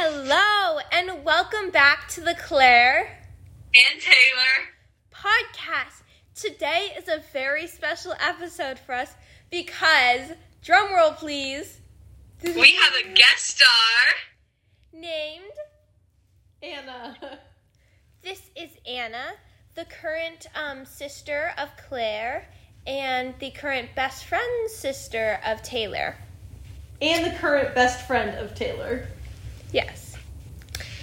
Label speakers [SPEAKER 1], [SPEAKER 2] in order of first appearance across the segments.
[SPEAKER 1] Hello, and welcome back to the Claire
[SPEAKER 2] and Taylor
[SPEAKER 1] podcast. Today is a very special episode for us because, drumroll please,
[SPEAKER 2] We have a guest star.
[SPEAKER 1] named
[SPEAKER 3] Anna.
[SPEAKER 1] This is Anna, the current um, sister of Claire and the current best friend sister of Taylor.
[SPEAKER 3] and the current best friend of Taylor.
[SPEAKER 1] Yes.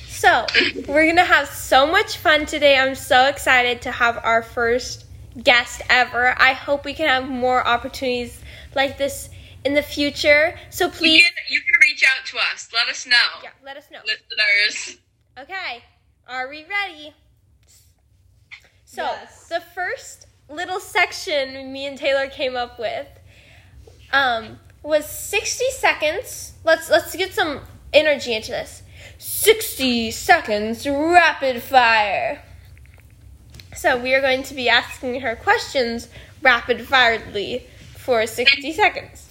[SPEAKER 1] So, we're going to have so much fun today. I'm so excited to have our first guest ever. I hope we can have more opportunities like this in the future. So,
[SPEAKER 2] You
[SPEAKER 1] please
[SPEAKER 2] can, you can reach out to us. Let us know,
[SPEAKER 1] yeah, let us know.
[SPEAKER 2] listeners.
[SPEAKER 1] Okay, are we ready? So,
[SPEAKER 3] Yes.
[SPEAKER 1] the first little section me and Taylor came up with um, was 60 seconds. Let's let's get some energy into this. 60 seconds rapid fire. So, we are going to be asking her questions rapid firely for 60 seconds.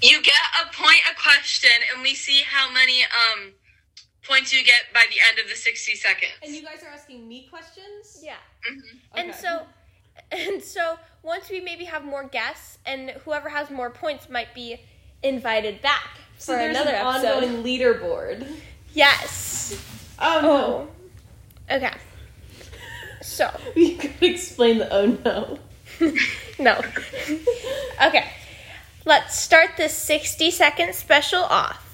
[SPEAKER 2] You get a point a question, and we see how many um points you get by the end of the sixty seconds.
[SPEAKER 3] And you guys are asking me questions?
[SPEAKER 1] Yeah.
[SPEAKER 2] Mhm.
[SPEAKER 1] And
[SPEAKER 3] Mm-hmm. Okay.
[SPEAKER 1] so and so once we maybe have more guests and whoever has more points might be invited back
[SPEAKER 3] so
[SPEAKER 1] for
[SPEAKER 3] there's
[SPEAKER 1] another
[SPEAKER 3] an
[SPEAKER 1] episode.
[SPEAKER 3] ongoing leaderboard.
[SPEAKER 1] Yes.
[SPEAKER 3] Oh
[SPEAKER 1] Oh. Okay. So,
[SPEAKER 3] Oh. You could explain the oh no.
[SPEAKER 1] no. Okay. Let's start this 60 second special off.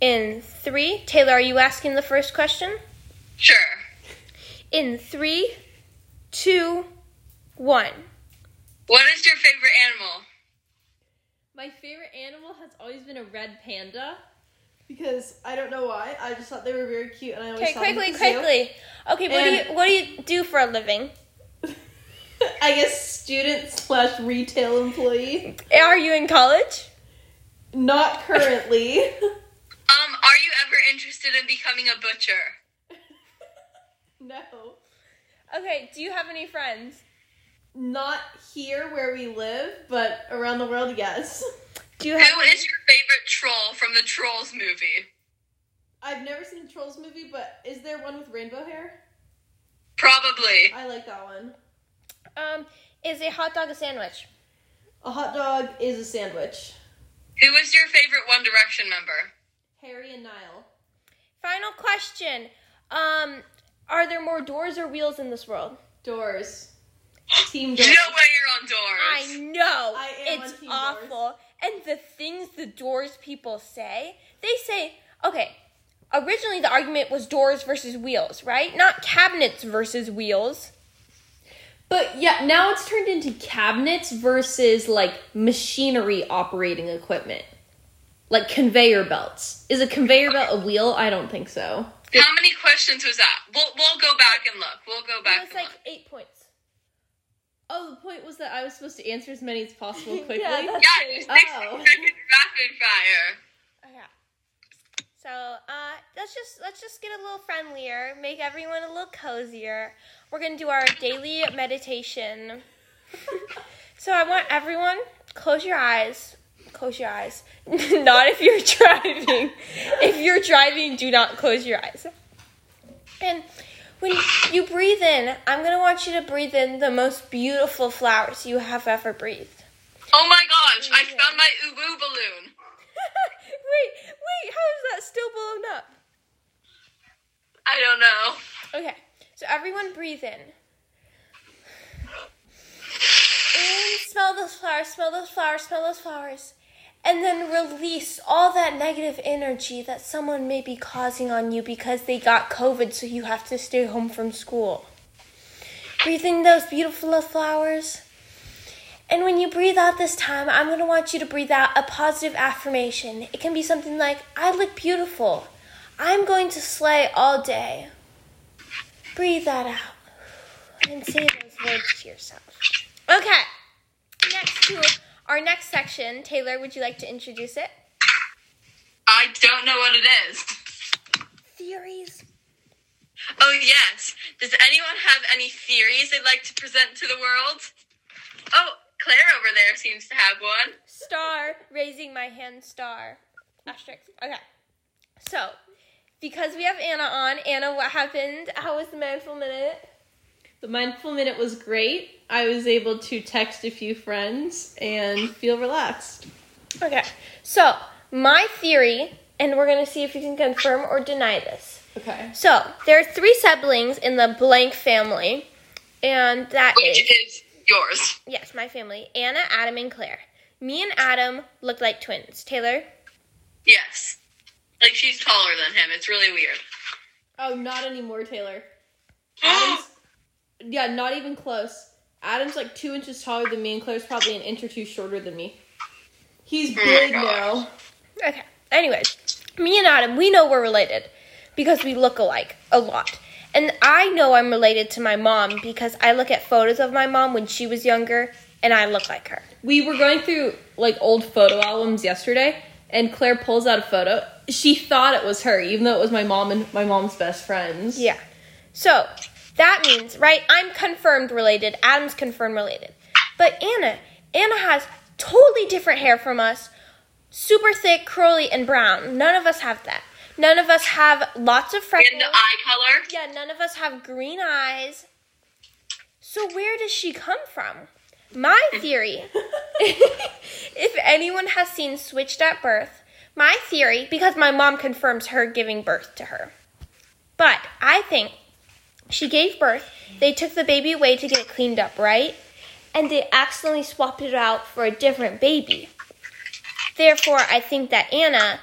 [SPEAKER 1] In 3, Taylor, are you asking the first question?
[SPEAKER 2] Sure.
[SPEAKER 1] In three, two, one.
[SPEAKER 2] What is your favorite animal?
[SPEAKER 3] My favorite animal has always been a red panda. Because I don't know why. I just thought they were very cute and I always
[SPEAKER 1] Okay,
[SPEAKER 3] saw them
[SPEAKER 1] quickly,
[SPEAKER 3] at the zoo.
[SPEAKER 1] quickly. Okay, what do
[SPEAKER 3] And-
[SPEAKER 1] you what do you do for a living?
[SPEAKER 3] I guess student slash retail employee.
[SPEAKER 1] Are you in college?
[SPEAKER 3] Not currently.
[SPEAKER 2] Um, are you ever interested in becoming a butcher?
[SPEAKER 3] no.
[SPEAKER 1] Okay, do you have any friends?
[SPEAKER 3] Not here where we live, but around the world, yes.
[SPEAKER 1] Do you have
[SPEAKER 2] Who is your favorite troll from the Trolls movie?
[SPEAKER 3] I've never seen the Trolls movie, but is there one with rainbow hair?
[SPEAKER 2] Probably.
[SPEAKER 3] I like that one.
[SPEAKER 1] um is a hot dog a sandwich?
[SPEAKER 3] A hot dog is a sandwich.
[SPEAKER 2] Who is your favorite One Direction member?
[SPEAKER 3] Harry and Niall.
[SPEAKER 1] Final question. Um are there more doors or wheels in this world?
[SPEAKER 3] Doors. Team
[SPEAKER 2] No
[SPEAKER 3] Doors.
[SPEAKER 2] way you're on doors.
[SPEAKER 1] I know.
[SPEAKER 3] I am on
[SPEAKER 1] it's
[SPEAKER 3] Team
[SPEAKER 1] awful. And the things the doors people say, they say, okay, originally the argument was doors versus wheels, right? Not cabinets versus wheels.
[SPEAKER 3] But yeah, now it's turned into cabinets versus like machinery operating equipment. Like conveyor belts. Is a conveyor belt a wheel? I don't think so.
[SPEAKER 2] How many questions was that? We'll we'll go back and look. We'll go
[SPEAKER 1] It
[SPEAKER 2] back.
[SPEAKER 1] was
[SPEAKER 2] and
[SPEAKER 1] like
[SPEAKER 2] look.
[SPEAKER 1] eight points.
[SPEAKER 3] Oh, the point was that I was supposed to answer as many as possible quickly.
[SPEAKER 1] Yeah, that's-
[SPEAKER 2] Yeah, it's
[SPEAKER 3] Oh.
[SPEAKER 2] 60 seconds rapid fire.
[SPEAKER 1] Okay. So uh, let's just let's just get a little friendlier, make everyone a little cozier. We're gonna do our daily meditation. so I want everyone close your eyes. Close your eyes. not if you're driving. If you're driving, do not close your eyes. And when you breathe in, I'm gonna want you to breathe in the most beautiful flowers you have ever breathed.
[SPEAKER 2] Oh my gosh, I found my uwu balloon.
[SPEAKER 1] wait, wait, how is that still blown up?
[SPEAKER 2] I don't know.
[SPEAKER 1] Okay, so everyone breathe in. And smell those flowers, smell those flowers, smell those flowers. And then release all that negative energy that someone may be causing on you because they got COVID, so you have to stay home from school. Breathe in those beautiful flowers. And when you breathe out this time, I'm going to want you to breathe out a positive affirmation. It can be something like, I look beautiful. I'm going to slay all day. Breathe that out. And say those words to yourself. Okay. Next to our next section, Taylor, would you like to introduce it?
[SPEAKER 2] I don't know what it is.
[SPEAKER 1] Theories.
[SPEAKER 2] Oh yes. Does anyone have any theories they'd like to present to the world? Oh, Claire over there seems to have one.
[SPEAKER 1] Star. Raising my hand, star. Asterisk. Okay. So, because we have Anna on. Anna, what happened? How was the mindful minute?
[SPEAKER 3] The mindful minute was great. I was able to text a few friends and feel relaxed.
[SPEAKER 1] Okay. So, my theory, and we're going to see if you can confirm or deny this.
[SPEAKER 3] Okay.
[SPEAKER 1] So, there are three siblings in the blank family, and that
[SPEAKER 2] Which
[SPEAKER 1] is,
[SPEAKER 2] is yours.
[SPEAKER 1] yes, my family Anna, Adam, and Claire. Me and Adam look like twins. Taylor?
[SPEAKER 2] Yes. Like she's taller than him. It's really weird.
[SPEAKER 3] Oh, not anymore, Taylor. Adam's, yeah, not even close. Adam's like two inches taller than me, and Claire's probably an inch or two shorter than me. He's
[SPEAKER 2] Oh my
[SPEAKER 3] big
[SPEAKER 2] gosh.
[SPEAKER 3] now.
[SPEAKER 1] Okay. Anyways, me and Adam, we know we're related because we look alike a lot. And I know I'm related to my mom because I look at photos of my mom when she was younger and I look like her.
[SPEAKER 3] We were going through like old photo albums yesterday, and Claire pulls out a photo. She thought it was her, even though it was my mom and my mom's best friends.
[SPEAKER 1] Yeah. So that means, right, I'm confirmed related, Adam's confirmed related. But Anna, Anna has totally different hair from us super thick, curly, and brown. None of us have that. None of us have lots of freckles.
[SPEAKER 2] And the eye color.
[SPEAKER 1] Yeah, none of us have green eyes. So where does she come from? My theory, if anyone has seen Switched at Birth, my theory, because my mom confirms her giving birth to her. But I think she gave birth, they took the baby away to get it cleaned up, right? And they accidentally swapped it out for a different baby. Therefore, I think that Anna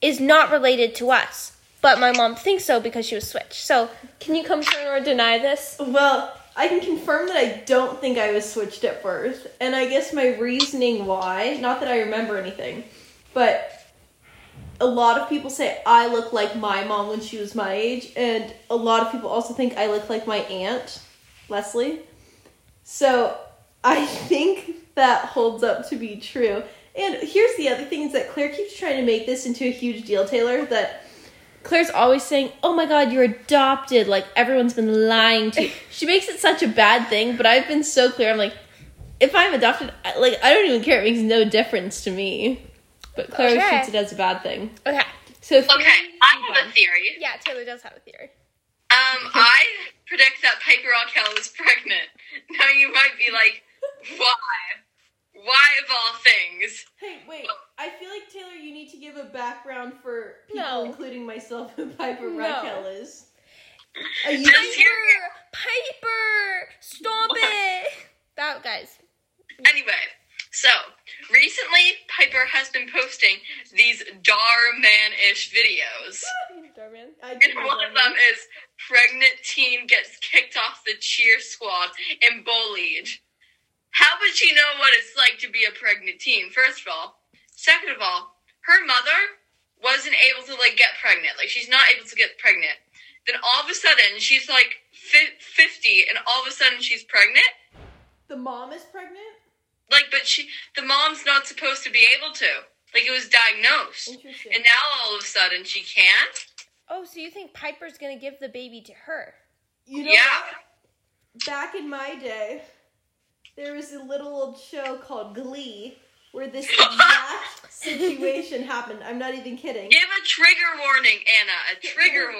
[SPEAKER 1] is not related to us. But my mom thinks so because she was switched. So can you confirm or deny this?
[SPEAKER 3] Well, I can confirm that I don't think I was switched at birth, and I guess my reasoning why, not that I remember anything, but a lot of people say I look like my mom when she was my age, and a lot of people also think I look like my aunt, Leslie. So I think that holds up to be true. And here's the other thing is that Claire keeps trying to make this into a huge deal, Taylor, that Claire's always saying, "Oh my God, you're adopted!" Like everyone's been lying to. you. she makes it such a bad thing, but I've been so clear. I'm like, if I'm adopted, I, like I don't even care. It makes no difference to me. But Claire always
[SPEAKER 1] Okay.
[SPEAKER 3] treats it as a bad thing.
[SPEAKER 1] Okay.
[SPEAKER 3] So
[SPEAKER 2] Okay, I have a theory.
[SPEAKER 1] Yeah, Taylor does have a theory.
[SPEAKER 2] Um, I predict that Piper Raquel was pregnant. Now you might be like, why? Why of all things?
[SPEAKER 3] Hey, wait. I feel like Taylor, you need to give a background for people,
[SPEAKER 1] No.
[SPEAKER 3] including myself, who Piper
[SPEAKER 1] No.
[SPEAKER 3] Raquel is. Are you
[SPEAKER 2] Just hear it.
[SPEAKER 1] Piper! Piper! Stop
[SPEAKER 2] What?
[SPEAKER 1] it! That guys.
[SPEAKER 2] Anyway, so recently Piper has been posting these Dar Man ish videos.
[SPEAKER 1] Darman.
[SPEAKER 3] I do
[SPEAKER 2] And one of
[SPEAKER 3] remember.
[SPEAKER 2] them is pregnant teen gets kicked off the cheer squad and bullied. How would she know what it's like to be a pregnant teen? First of all, second of all, her mother wasn't able to like get pregnant. Like she's not able to get pregnant. Then all of a sudden she's like fi- fifty, and all of a sudden she's pregnant.
[SPEAKER 3] The mom is pregnant.
[SPEAKER 2] Like, but she, the mom's not supposed to be able to. Like it was diagnosed,
[SPEAKER 3] Interesting.
[SPEAKER 2] and now all of a sudden she can't.
[SPEAKER 1] Oh, so you think Piper's gonna give the baby to her?
[SPEAKER 3] you know,
[SPEAKER 2] yeah.
[SPEAKER 3] what? back in my day, there was a little old show called Glee where this exact situation happened. I'm not even kidding.
[SPEAKER 2] Give a trigger warning, Anna. A trigger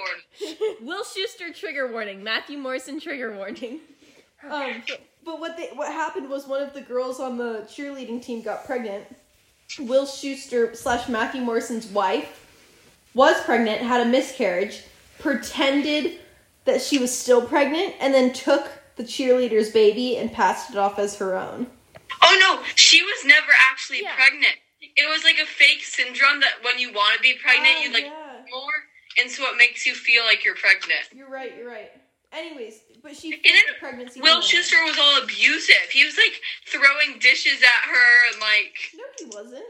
[SPEAKER 2] warning.
[SPEAKER 3] Will Schuster trigger warning. Matthew Morrison trigger warning. Um, but what they what happened was one of the girls on the cheerleading team got pregnant. Will Schuster slash Matthew Morrison's wife was pregnant, had a miscarriage, pretended that she was still pregnant, and then took the cheerleader's baby and passed it off as her own.
[SPEAKER 2] Oh no, she was never actually
[SPEAKER 1] Yeah.
[SPEAKER 2] pregnant. It was like a fake syndrome that when you want to be pregnant,
[SPEAKER 3] Oh,
[SPEAKER 2] you like
[SPEAKER 3] yeah.
[SPEAKER 2] more, and so it makes you feel like you're pregnant.
[SPEAKER 3] You're right. You're right. Anyways, but she faked
[SPEAKER 2] then
[SPEAKER 3] the pregnancy.
[SPEAKER 2] Will
[SPEAKER 3] plan.
[SPEAKER 2] Schuster was all abusive. He was like throwing dishes at her and like,
[SPEAKER 3] No, he wasn't.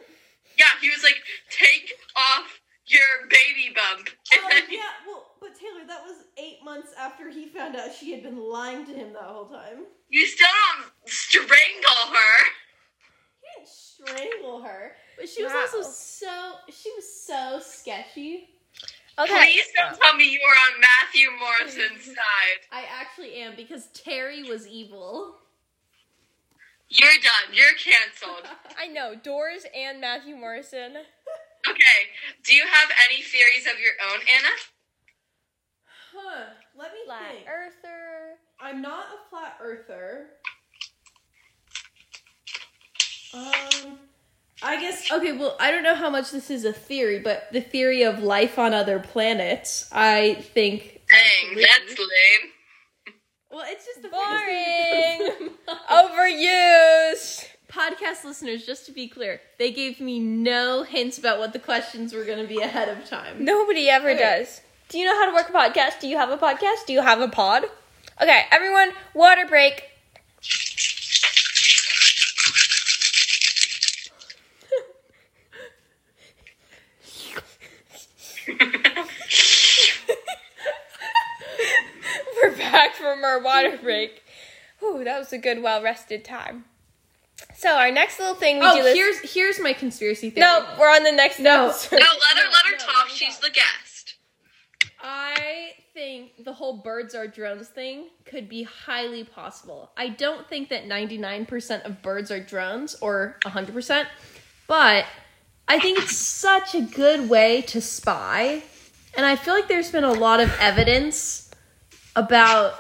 [SPEAKER 2] yeah, he was like, take off your baby bump.
[SPEAKER 3] Oh yeah, well, but Taylor, that was eight months after he found out she had been lying to him that whole time.
[SPEAKER 2] you still don't strangle her.
[SPEAKER 3] He didn't strangle her, but she was
[SPEAKER 1] Wow.
[SPEAKER 3] also so she was so sketchy.
[SPEAKER 1] Um, Okay.
[SPEAKER 2] Please don't tell me you were on Matthew Morrison's side.
[SPEAKER 3] I actually am because Terry was evil.
[SPEAKER 2] You're done. You're canceled.
[SPEAKER 1] Uh, I know, Doors and Matthew Morrison.
[SPEAKER 2] Okay. Do you have any theories of your own, Anna?
[SPEAKER 4] Huh. Let me
[SPEAKER 1] Flat
[SPEAKER 4] think.
[SPEAKER 1] earther.
[SPEAKER 4] I'm not a flat earther. Um, I guess
[SPEAKER 3] Okay, well, I don't know how much this is a theory, but the theory of life on other planets, I think.
[SPEAKER 2] Dang, that's lame.
[SPEAKER 3] Well, it's just the
[SPEAKER 1] Boring. Overused.
[SPEAKER 3] Podcast listeners, just to be clear, they gave me no hints about what the questions were going to be ahead of time.
[SPEAKER 1] Nobody ever does. Do you know how to work a podcast? Do you have a podcast? Do you have a pod? Okay, everyone, water break. We're back from our water break. Ooh, that was a good, well rested time. So our next little thing we do
[SPEAKER 3] Oh,
[SPEAKER 1] is
[SPEAKER 3] here's here's my conspiracy theory.
[SPEAKER 1] no, we're on the next
[SPEAKER 3] No.
[SPEAKER 1] episode.
[SPEAKER 2] No, let her let her talk. She's the guest.
[SPEAKER 3] I think the whole birds are drones thing could be highly possible. I don't think that 99% of birds are drones or 100%, but I think it's such a good way to spy. And I feel like there's been a lot of evidence about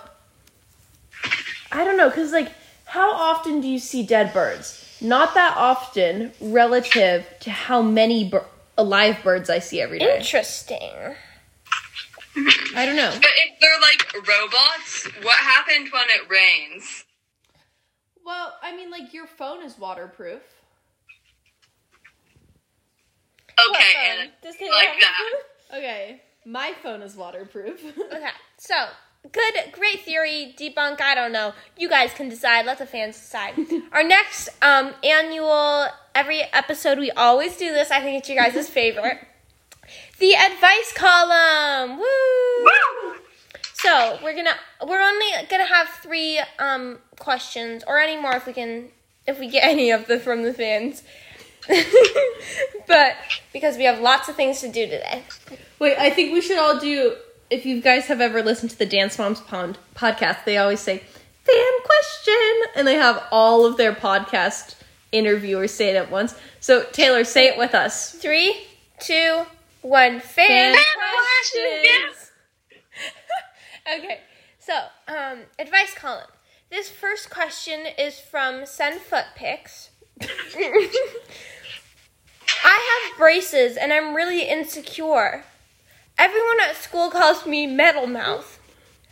[SPEAKER 3] I don't know, because like, how often do you see dead birds? Not that often, relative to how many bir- alive birds I see every day.
[SPEAKER 1] Interesting.
[SPEAKER 3] I don't know.
[SPEAKER 2] But if they're like robots, what happened when it rains?
[SPEAKER 3] Well, I mean, like your phone is waterproof.
[SPEAKER 2] Okay,
[SPEAKER 1] Awesome.
[SPEAKER 2] Anna.
[SPEAKER 1] Does anyone
[SPEAKER 2] Like
[SPEAKER 1] have-
[SPEAKER 2] that.
[SPEAKER 3] Okay, my phone is waterproof.
[SPEAKER 1] Okay, so good, great theory, debunk. I don't know. You guys can decide. Let the fans decide. Our next um, annual, every episode, we always do this. I think it's your guys' favorite. The advice column. Woo! So we're gonna we're only gonna have three um questions or any more if we can if we get any of the from the fans. but because we have lots of things to do today.
[SPEAKER 3] Wait, I think we should all do. If you guys have ever listened to the Dance Moms Pond podcast, they always say fan question, and they have all of their podcast interviewers say it at once. So Taylor, say it with us.
[SPEAKER 1] Three, two, one. Fan,
[SPEAKER 3] Fan
[SPEAKER 1] questions. okay, so um, advice column. This first question is from Send Foot Pics. I have braces and I'm really insecure. Everyone at school calls me Metal Mouth.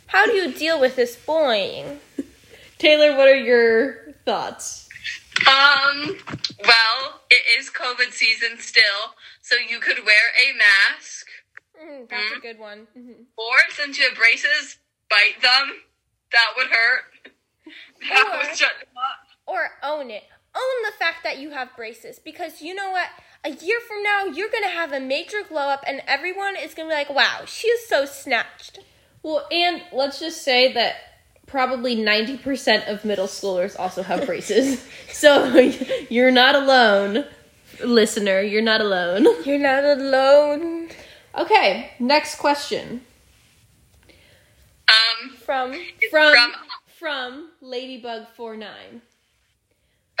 [SPEAKER 1] How do you deal with this bullying?
[SPEAKER 3] Taylor, what are your thoughts?
[SPEAKER 2] Um, well, it is COVID season still, so you could wear a mask,
[SPEAKER 1] Mm, that's a good one.
[SPEAKER 2] or since you have braces, bite them. That would hurt. That
[SPEAKER 1] Or-
[SPEAKER 2] would shut them up.
[SPEAKER 1] or own it. Own the fact that you have braces because you know what? A year from now, you're gonna have a major glow up, and everyone is gonna be like, wow, she is so snatched.
[SPEAKER 3] Well, and let's just say that probably 90% of middle schoolers also have braces. so you're not alone, listener. You're not alone.
[SPEAKER 1] You're not alone.
[SPEAKER 3] Okay, next question
[SPEAKER 2] Um,
[SPEAKER 1] From
[SPEAKER 3] from from,
[SPEAKER 2] From-
[SPEAKER 3] Ladybug49.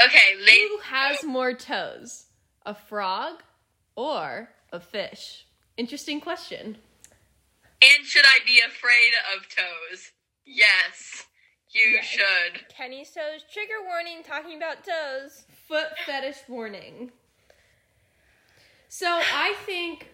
[SPEAKER 2] okay, lady.
[SPEAKER 3] Who has more toes, a frog or a fish? Interesting question.
[SPEAKER 2] And should I be afraid of toes? Yes, you should.
[SPEAKER 1] Kenny Toes, trigger warning talking about toes.
[SPEAKER 3] foot fetish warning. So I think,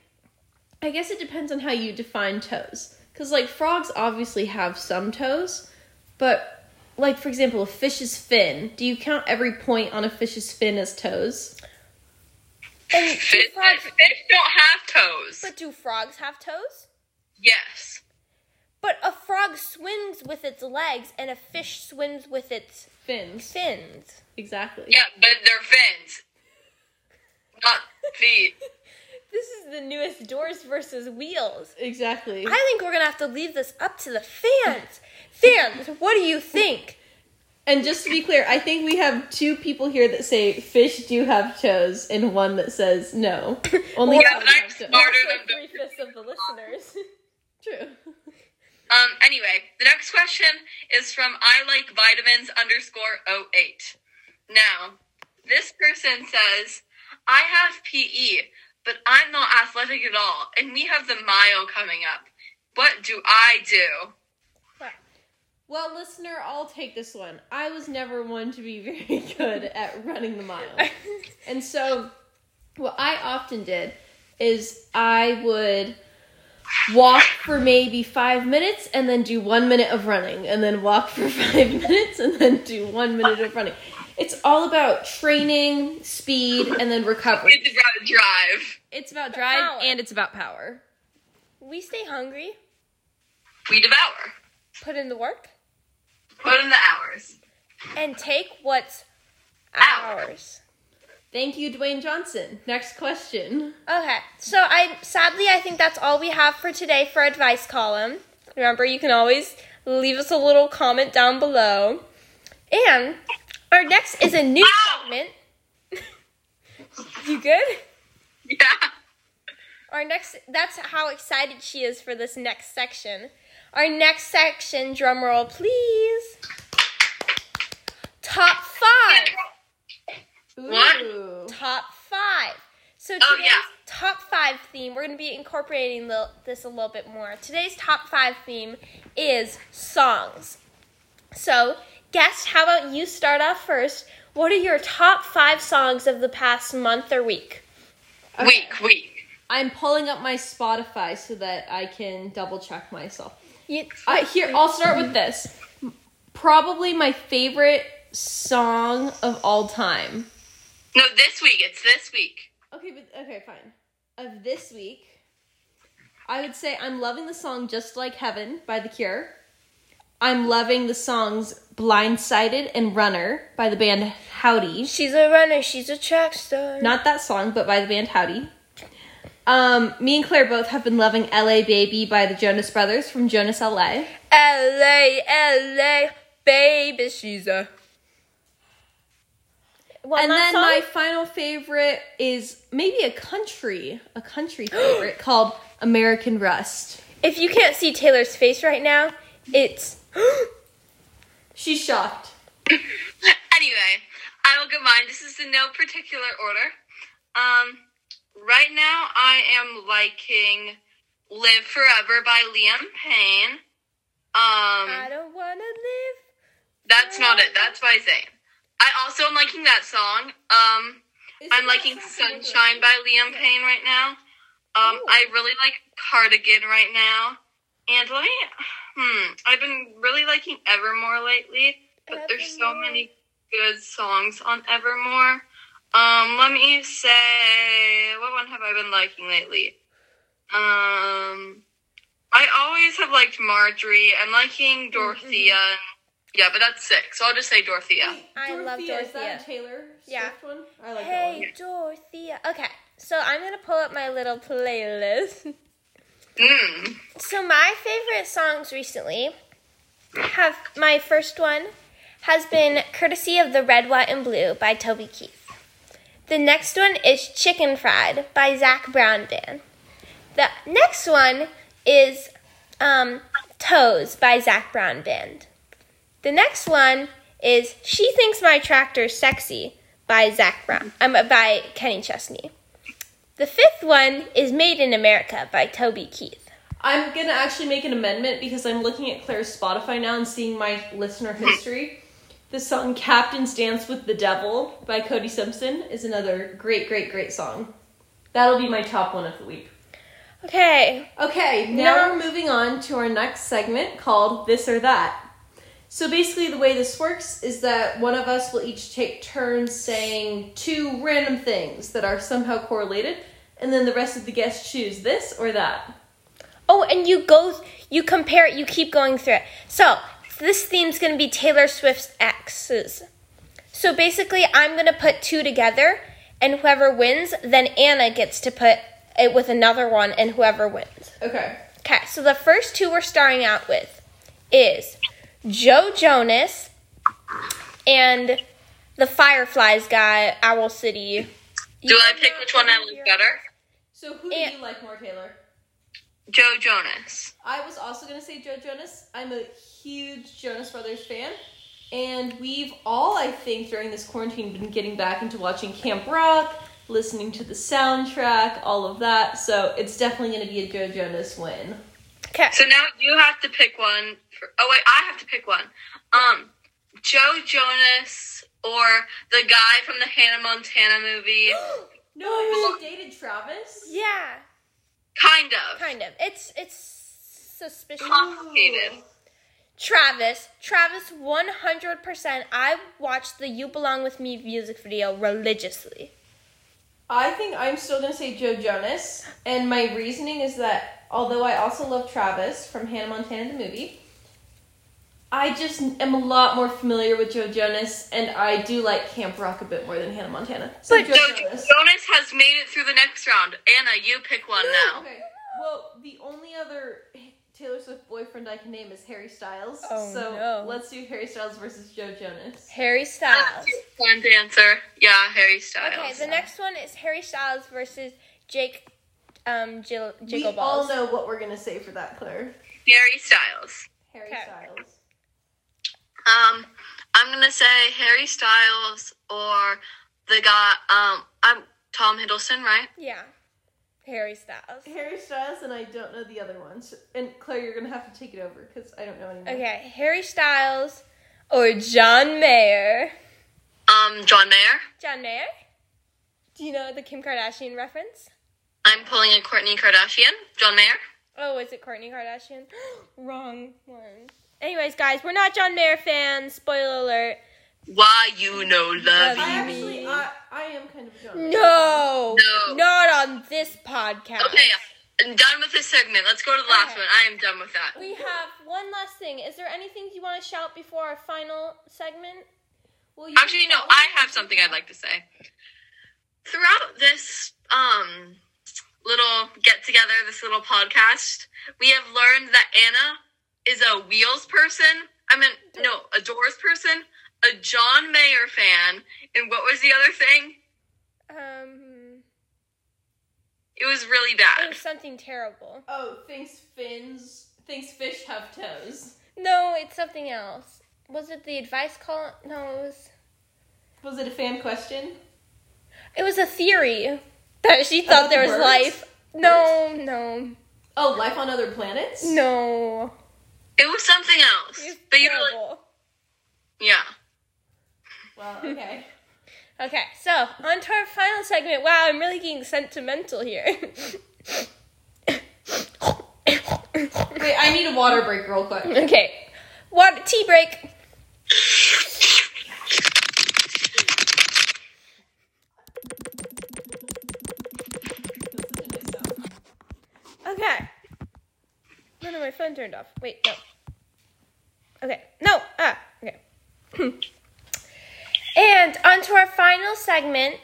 [SPEAKER 3] I guess it depends on how you define toes. Because, like, frogs obviously have some toes, but, like, for example, a fish's fin. Do you count every point on a fish's fin as toes?
[SPEAKER 1] And do
[SPEAKER 2] Fish,
[SPEAKER 1] frogs,
[SPEAKER 2] fish don't have toes.
[SPEAKER 1] but do frogs have toes?
[SPEAKER 2] Yes.
[SPEAKER 1] But a frog swims with its legs, and a fish swims with its
[SPEAKER 3] Fins.
[SPEAKER 1] fins.
[SPEAKER 3] Exactly.
[SPEAKER 2] Yeah, but they're fins, not feet.
[SPEAKER 1] This is the newest Doors versus Wheels.
[SPEAKER 3] Exactly.
[SPEAKER 1] I think we're gonna have to leave this up to the fans. Fans, what do you think?
[SPEAKER 3] And just to be clear, I think we have two people here that say fish do have toes and one that says no. Only
[SPEAKER 2] Yeah,
[SPEAKER 3] frogs
[SPEAKER 2] but I'm
[SPEAKER 3] have toes.
[SPEAKER 2] smarter
[SPEAKER 1] Like
[SPEAKER 2] than
[SPEAKER 1] three
[SPEAKER 2] the.
[SPEAKER 1] fifths of the listeners.
[SPEAKER 3] True.
[SPEAKER 2] Um. Anyway, the next question is from I like vitamins underscore 08. Now, this person says, I have PE, but I'm not athletic at all, and we have the mile coming up. What do I do?
[SPEAKER 3] Well, listener, I'll take this one. I was never one to be very good at running the mile. And so, what I often did is I would walk for maybe five minutes and then do one minute of running, and then walk for five minutes and then do one minute of running. It's all about training, speed, and then recovery.
[SPEAKER 2] It's about drive.
[SPEAKER 3] It's about drive
[SPEAKER 1] Power.
[SPEAKER 3] and it's about power.
[SPEAKER 1] We stay hungry,
[SPEAKER 2] We devour.
[SPEAKER 1] put in the work,
[SPEAKER 2] Put in the hours.
[SPEAKER 1] and take what's
[SPEAKER 2] Ours.
[SPEAKER 1] ours.
[SPEAKER 3] Thank you, Dwayne Johnson. Next question.
[SPEAKER 1] Okay, so I sadly I think that's all we have for today for advice column. Remember, you can always leave us a little comment down below. And our next is a new
[SPEAKER 2] Ow!
[SPEAKER 1] segment. you good?
[SPEAKER 2] Yeah.
[SPEAKER 1] Our next that's how excited she is for this next section. Our next section, drum roll please. Top five.
[SPEAKER 2] What?
[SPEAKER 3] Ooh.
[SPEAKER 1] top five. So today's
[SPEAKER 2] Oh, yeah.
[SPEAKER 1] top five theme, we're going to be incorporating the, this a little bit more. Today's top five theme is songs. So, guest, how about you start off first? What are your top five songs of the past month or week?
[SPEAKER 3] Okay.
[SPEAKER 2] Week, week.
[SPEAKER 3] I'm pulling up my Spotify so that I can double check myself.
[SPEAKER 1] You,
[SPEAKER 3] I here I'll start with this. Probably my favorite song of all time.
[SPEAKER 2] No, this week. It's this week.
[SPEAKER 3] Okay, but okay, fine. Of this week, I would say I'm loving the song Just Like Heaven by The Cure. I'm loving the songs Blindsided and Runner by the band Howdy.
[SPEAKER 1] she's a runner, she's a track star.
[SPEAKER 3] Not that song, but by the band Howdy. Um, me and Claire both have been loving LA Baby by the Jonas Brothers from Jonas LA.
[SPEAKER 1] LA, LA, baby, she's a. One
[SPEAKER 3] and
[SPEAKER 1] last
[SPEAKER 3] then my
[SPEAKER 1] song?
[SPEAKER 3] final favorite is maybe a country, a country favorite called American Rust.
[SPEAKER 1] if you can't see Taylor's face right now, it's.
[SPEAKER 3] She's shocked.
[SPEAKER 2] Anyway, I will give mine. This is in no particular order. Um, right now I am liking "Live Forever" by Liam Payne.
[SPEAKER 1] I
[SPEAKER 2] Um,
[SPEAKER 1] don't wanna live.
[SPEAKER 2] that's not it. That's by Zayn. I also am liking that song. Um, I'm liking "Sunshine" by Liam Payne right now. Um,
[SPEAKER 1] Ooh.
[SPEAKER 2] I really like "Cardigan" right now. And let me. Hmm. I've been really liking "Evermore" lately. but there's so
[SPEAKER 1] Evermore.
[SPEAKER 2] many good songs on Evermore. Um, let me say, what one have I been liking lately? Um, I always have liked Marjorie. I'm liking Dorothea. Yeah, but that's six. So I'll just say Dorothea.
[SPEAKER 1] I love
[SPEAKER 3] Is that
[SPEAKER 1] Dorothea.
[SPEAKER 3] a Taylor
[SPEAKER 1] Yeah.
[SPEAKER 3] Swift one? I like that
[SPEAKER 1] Hey, Dorothea. Okay, so I'm gonna pull up my little playlist.
[SPEAKER 2] Mm.
[SPEAKER 1] So my favorite songs recently have my first one has been "Courtesy of the Red, White, and Blue" by Toby Keith. The next one is "Chicken Fried" by Zach Brown Band. The next one is um, "Toes" by Zach Brown Band. The next one is "She Thinks My Tractor's Sexy" by Zach Brown. Um, by Kenny Chesney. The fifth one is "Made in America" by Toby Keith.
[SPEAKER 3] I'm gonna actually make an amendment because I'm looking at Claire's Spotify now and seeing my listener history. The song Captain's Dance with the Devil by Cody Simpson is another great, great, great song. That'll be my top one of the week.
[SPEAKER 1] Okay,
[SPEAKER 3] Okay, now
[SPEAKER 1] No.
[SPEAKER 3] we're moving on to our next segment called This or That. So basically, the way this works is that one of us will each take turns saying two random things that are somehow correlated, and then the rest of the guests choose this or that.
[SPEAKER 1] Oh, and you go, you compare it, you keep going through it. So, this theme's gonna be Taylor Swift's exes. So basically, I'm gonna put two together, and whoever wins, then Anna gets to put it with another one, and whoever wins.
[SPEAKER 3] Okay.
[SPEAKER 1] Okay, so the first two we're starting out with is Joe Jonas and the Fireflies guy, Owl City.
[SPEAKER 2] Do I pick which one I like better?
[SPEAKER 3] So who
[SPEAKER 1] Yeah.
[SPEAKER 3] do you like more, Taylor?
[SPEAKER 2] Joe Jonas.
[SPEAKER 3] I was also gonna say Joe Jonas. I'm a huge Jonas Brothers fan, and we've all, I think, during this quarantine, been getting back into watching Camp Rock,
[SPEAKER 5] listening to the soundtrack, all of that. So it's definitely going to be a Joe Jonas win.
[SPEAKER 1] Okay.
[SPEAKER 2] So now you have to pick one. For, oh wait, I have to pick one. Um, Joe Jonas or the guy from the Hannah Montana movie.
[SPEAKER 5] No, I mean, dated Travis?
[SPEAKER 1] Yeah,
[SPEAKER 2] Kind of.
[SPEAKER 1] kind of. It's it's suspicious.
[SPEAKER 2] Complicated.
[SPEAKER 1] Travis, Travis, one hundred percent. I watched the "You Belong with Me" music video religiously.
[SPEAKER 3] I think I'm still gonna say Joe Jonas, and my reasoning is that although I also love Travis from Hannah Montana the movie,
[SPEAKER 5] I just am a lot more familiar with Joe Jonas, and I do like Camp Rock a bit more than Hannah Montana. So
[SPEAKER 3] But
[SPEAKER 5] Joe
[SPEAKER 2] So
[SPEAKER 5] Jonas.
[SPEAKER 2] Jonas has made it through the next round. Anna, you pick one now.
[SPEAKER 3] okay. Well, the only other Taylor Swift boyfriend I can name is Harry Styles.
[SPEAKER 1] Oh,
[SPEAKER 3] so
[SPEAKER 1] no.
[SPEAKER 3] let's do Harry Styles versus Joe Jonas.
[SPEAKER 1] Harry Styles.
[SPEAKER 2] Fun dancer. Yeah, Harry Styles.
[SPEAKER 1] Okay, the next one is Harry Styles versus Jake, um, Jill,
[SPEAKER 3] we
[SPEAKER 1] Jiggle
[SPEAKER 3] all
[SPEAKER 1] Balls.
[SPEAKER 3] know what we're gonna say for that, Claire.
[SPEAKER 2] Harry Styles.
[SPEAKER 3] Harry
[SPEAKER 1] Okay.
[SPEAKER 3] Styles.
[SPEAKER 2] Um, I'm gonna say Harry Styles or the guy. Um, I'm Tom Hiddleston, right?
[SPEAKER 1] Yeah, Harry Styles.
[SPEAKER 3] Harry Styles and I don't know the other ones. And Claire, you're gonna have to take it over because I don't know anymore.
[SPEAKER 1] Okay, Harry Styles or John Mayer.
[SPEAKER 2] Um, John Mayer.
[SPEAKER 1] John Mayer. Do you know the Kim Kardashian reference?
[SPEAKER 2] I'm pulling a Courtney Kardashian. John Mayer.
[SPEAKER 1] Oh, is it Kourtney Kardashian? Wrong one. Anyways, guys, we're not John Mayer fans. Spoiler alert.
[SPEAKER 2] Why you no love
[SPEAKER 3] I
[SPEAKER 1] Love
[SPEAKER 2] you?
[SPEAKER 3] actually, I, I am kind of a Joe.
[SPEAKER 1] No,
[SPEAKER 2] No.
[SPEAKER 1] not on this podcast.
[SPEAKER 2] Okay, I'm done with this segment. Let's go to the last
[SPEAKER 1] Okay.
[SPEAKER 2] one. I am done with that.
[SPEAKER 1] We have one last thing. Is there anything you want to shout before our final segment?
[SPEAKER 3] Well, you
[SPEAKER 2] Actually, no, I have something I'd like to say. Throughout this um little get together, this little podcast, we have learned that Anna is a wheels person. I mean, no, a doors person, a John Mayer fan, and what was the other thing?
[SPEAKER 1] Um,
[SPEAKER 2] It was really
[SPEAKER 1] it
[SPEAKER 2] bad.
[SPEAKER 1] was something terrible.
[SPEAKER 3] Oh, thanks fins. Thanks fish have toes.
[SPEAKER 1] No, it's something else. Was it the advice column? No, it was.
[SPEAKER 3] Was it a fan question?
[SPEAKER 1] It was a theory that she thought
[SPEAKER 3] About
[SPEAKER 1] there was
[SPEAKER 3] the birds?
[SPEAKER 1] life. No, no,
[SPEAKER 3] Oh, life on other planets?
[SPEAKER 1] no.
[SPEAKER 2] It was something else.
[SPEAKER 1] It's
[SPEAKER 2] But you really,
[SPEAKER 1] terrible.
[SPEAKER 2] yeah.
[SPEAKER 3] Well, okay.
[SPEAKER 1] Okay, so on to our final segment. Wow, I'm really getting sentimental here.
[SPEAKER 3] Wait, I need a water break real quick.
[SPEAKER 1] okay, what tea break? Okay. No, no, my phone turned off. Wait, no. Okay, no. Ah, okay. and on to our final segment.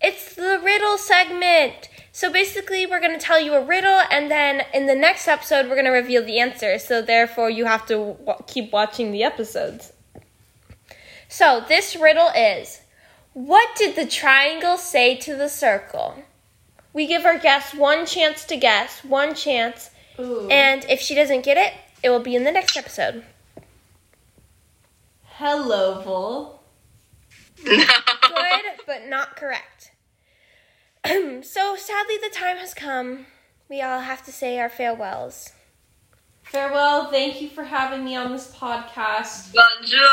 [SPEAKER 1] It's the riddle segment. So basically, we're going to tell you a riddle, and then in the next episode, we're going to reveal the answer. So therefore, you have to wa keep watching the episodes. So this riddle is: What did the triangle say to the circle? We give our guest one chance to guess, one chance,
[SPEAKER 3] Ooh.
[SPEAKER 1] and if she doesn't get it, it will be in the next episode.
[SPEAKER 3] Hello, Vol.
[SPEAKER 2] No.
[SPEAKER 1] Good, but not correct. so sadly, the time has come. We all have to say our farewells.
[SPEAKER 3] Farewell. Thank you for having me on this podcast.
[SPEAKER 2] Bonjour.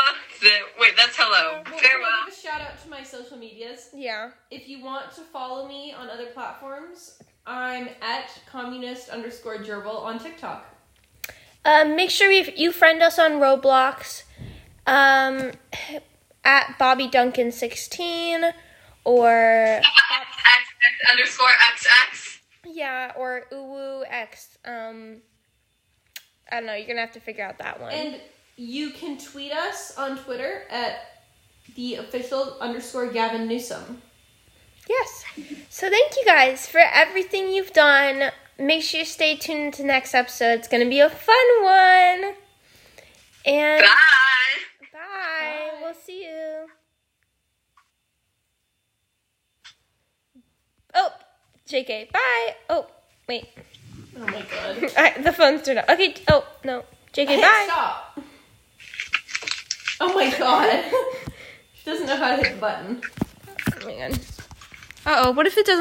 [SPEAKER 2] Wait, that's hello.
[SPEAKER 3] Well,
[SPEAKER 2] Farewell.
[SPEAKER 3] I'll Give a shout out to my social medias.
[SPEAKER 1] Yeah.
[SPEAKER 3] If you want to follow me on other platforms, I'm at communist underscore gerbil on TikTok.
[SPEAKER 1] Um, make sure you, you friend us on Roblox um, at Bobby Duncan sixteen or
[SPEAKER 2] XX underscore XX.
[SPEAKER 1] yeah or uwu x. Um, I don't know. You're gonna have to figure out that one.
[SPEAKER 3] And you can tweet us on Twitter at the official underscore Gavin Newsom.
[SPEAKER 1] Yes. So thank you guys for everything you've done. Make sure you stay tuned to next episode. It's going to be a fun one. And
[SPEAKER 2] Bye.
[SPEAKER 1] bye. We'll see you. Oh, JK. Bye. Oh, wait.
[SPEAKER 3] Oh my god.
[SPEAKER 1] I, the phone's turned off. Okay. Oh, no. JK, bye.
[SPEAKER 3] Stop. Oh my god. she doesn't know how to hit the button.
[SPEAKER 1] Hang on. Uh oh, what if it doesn't?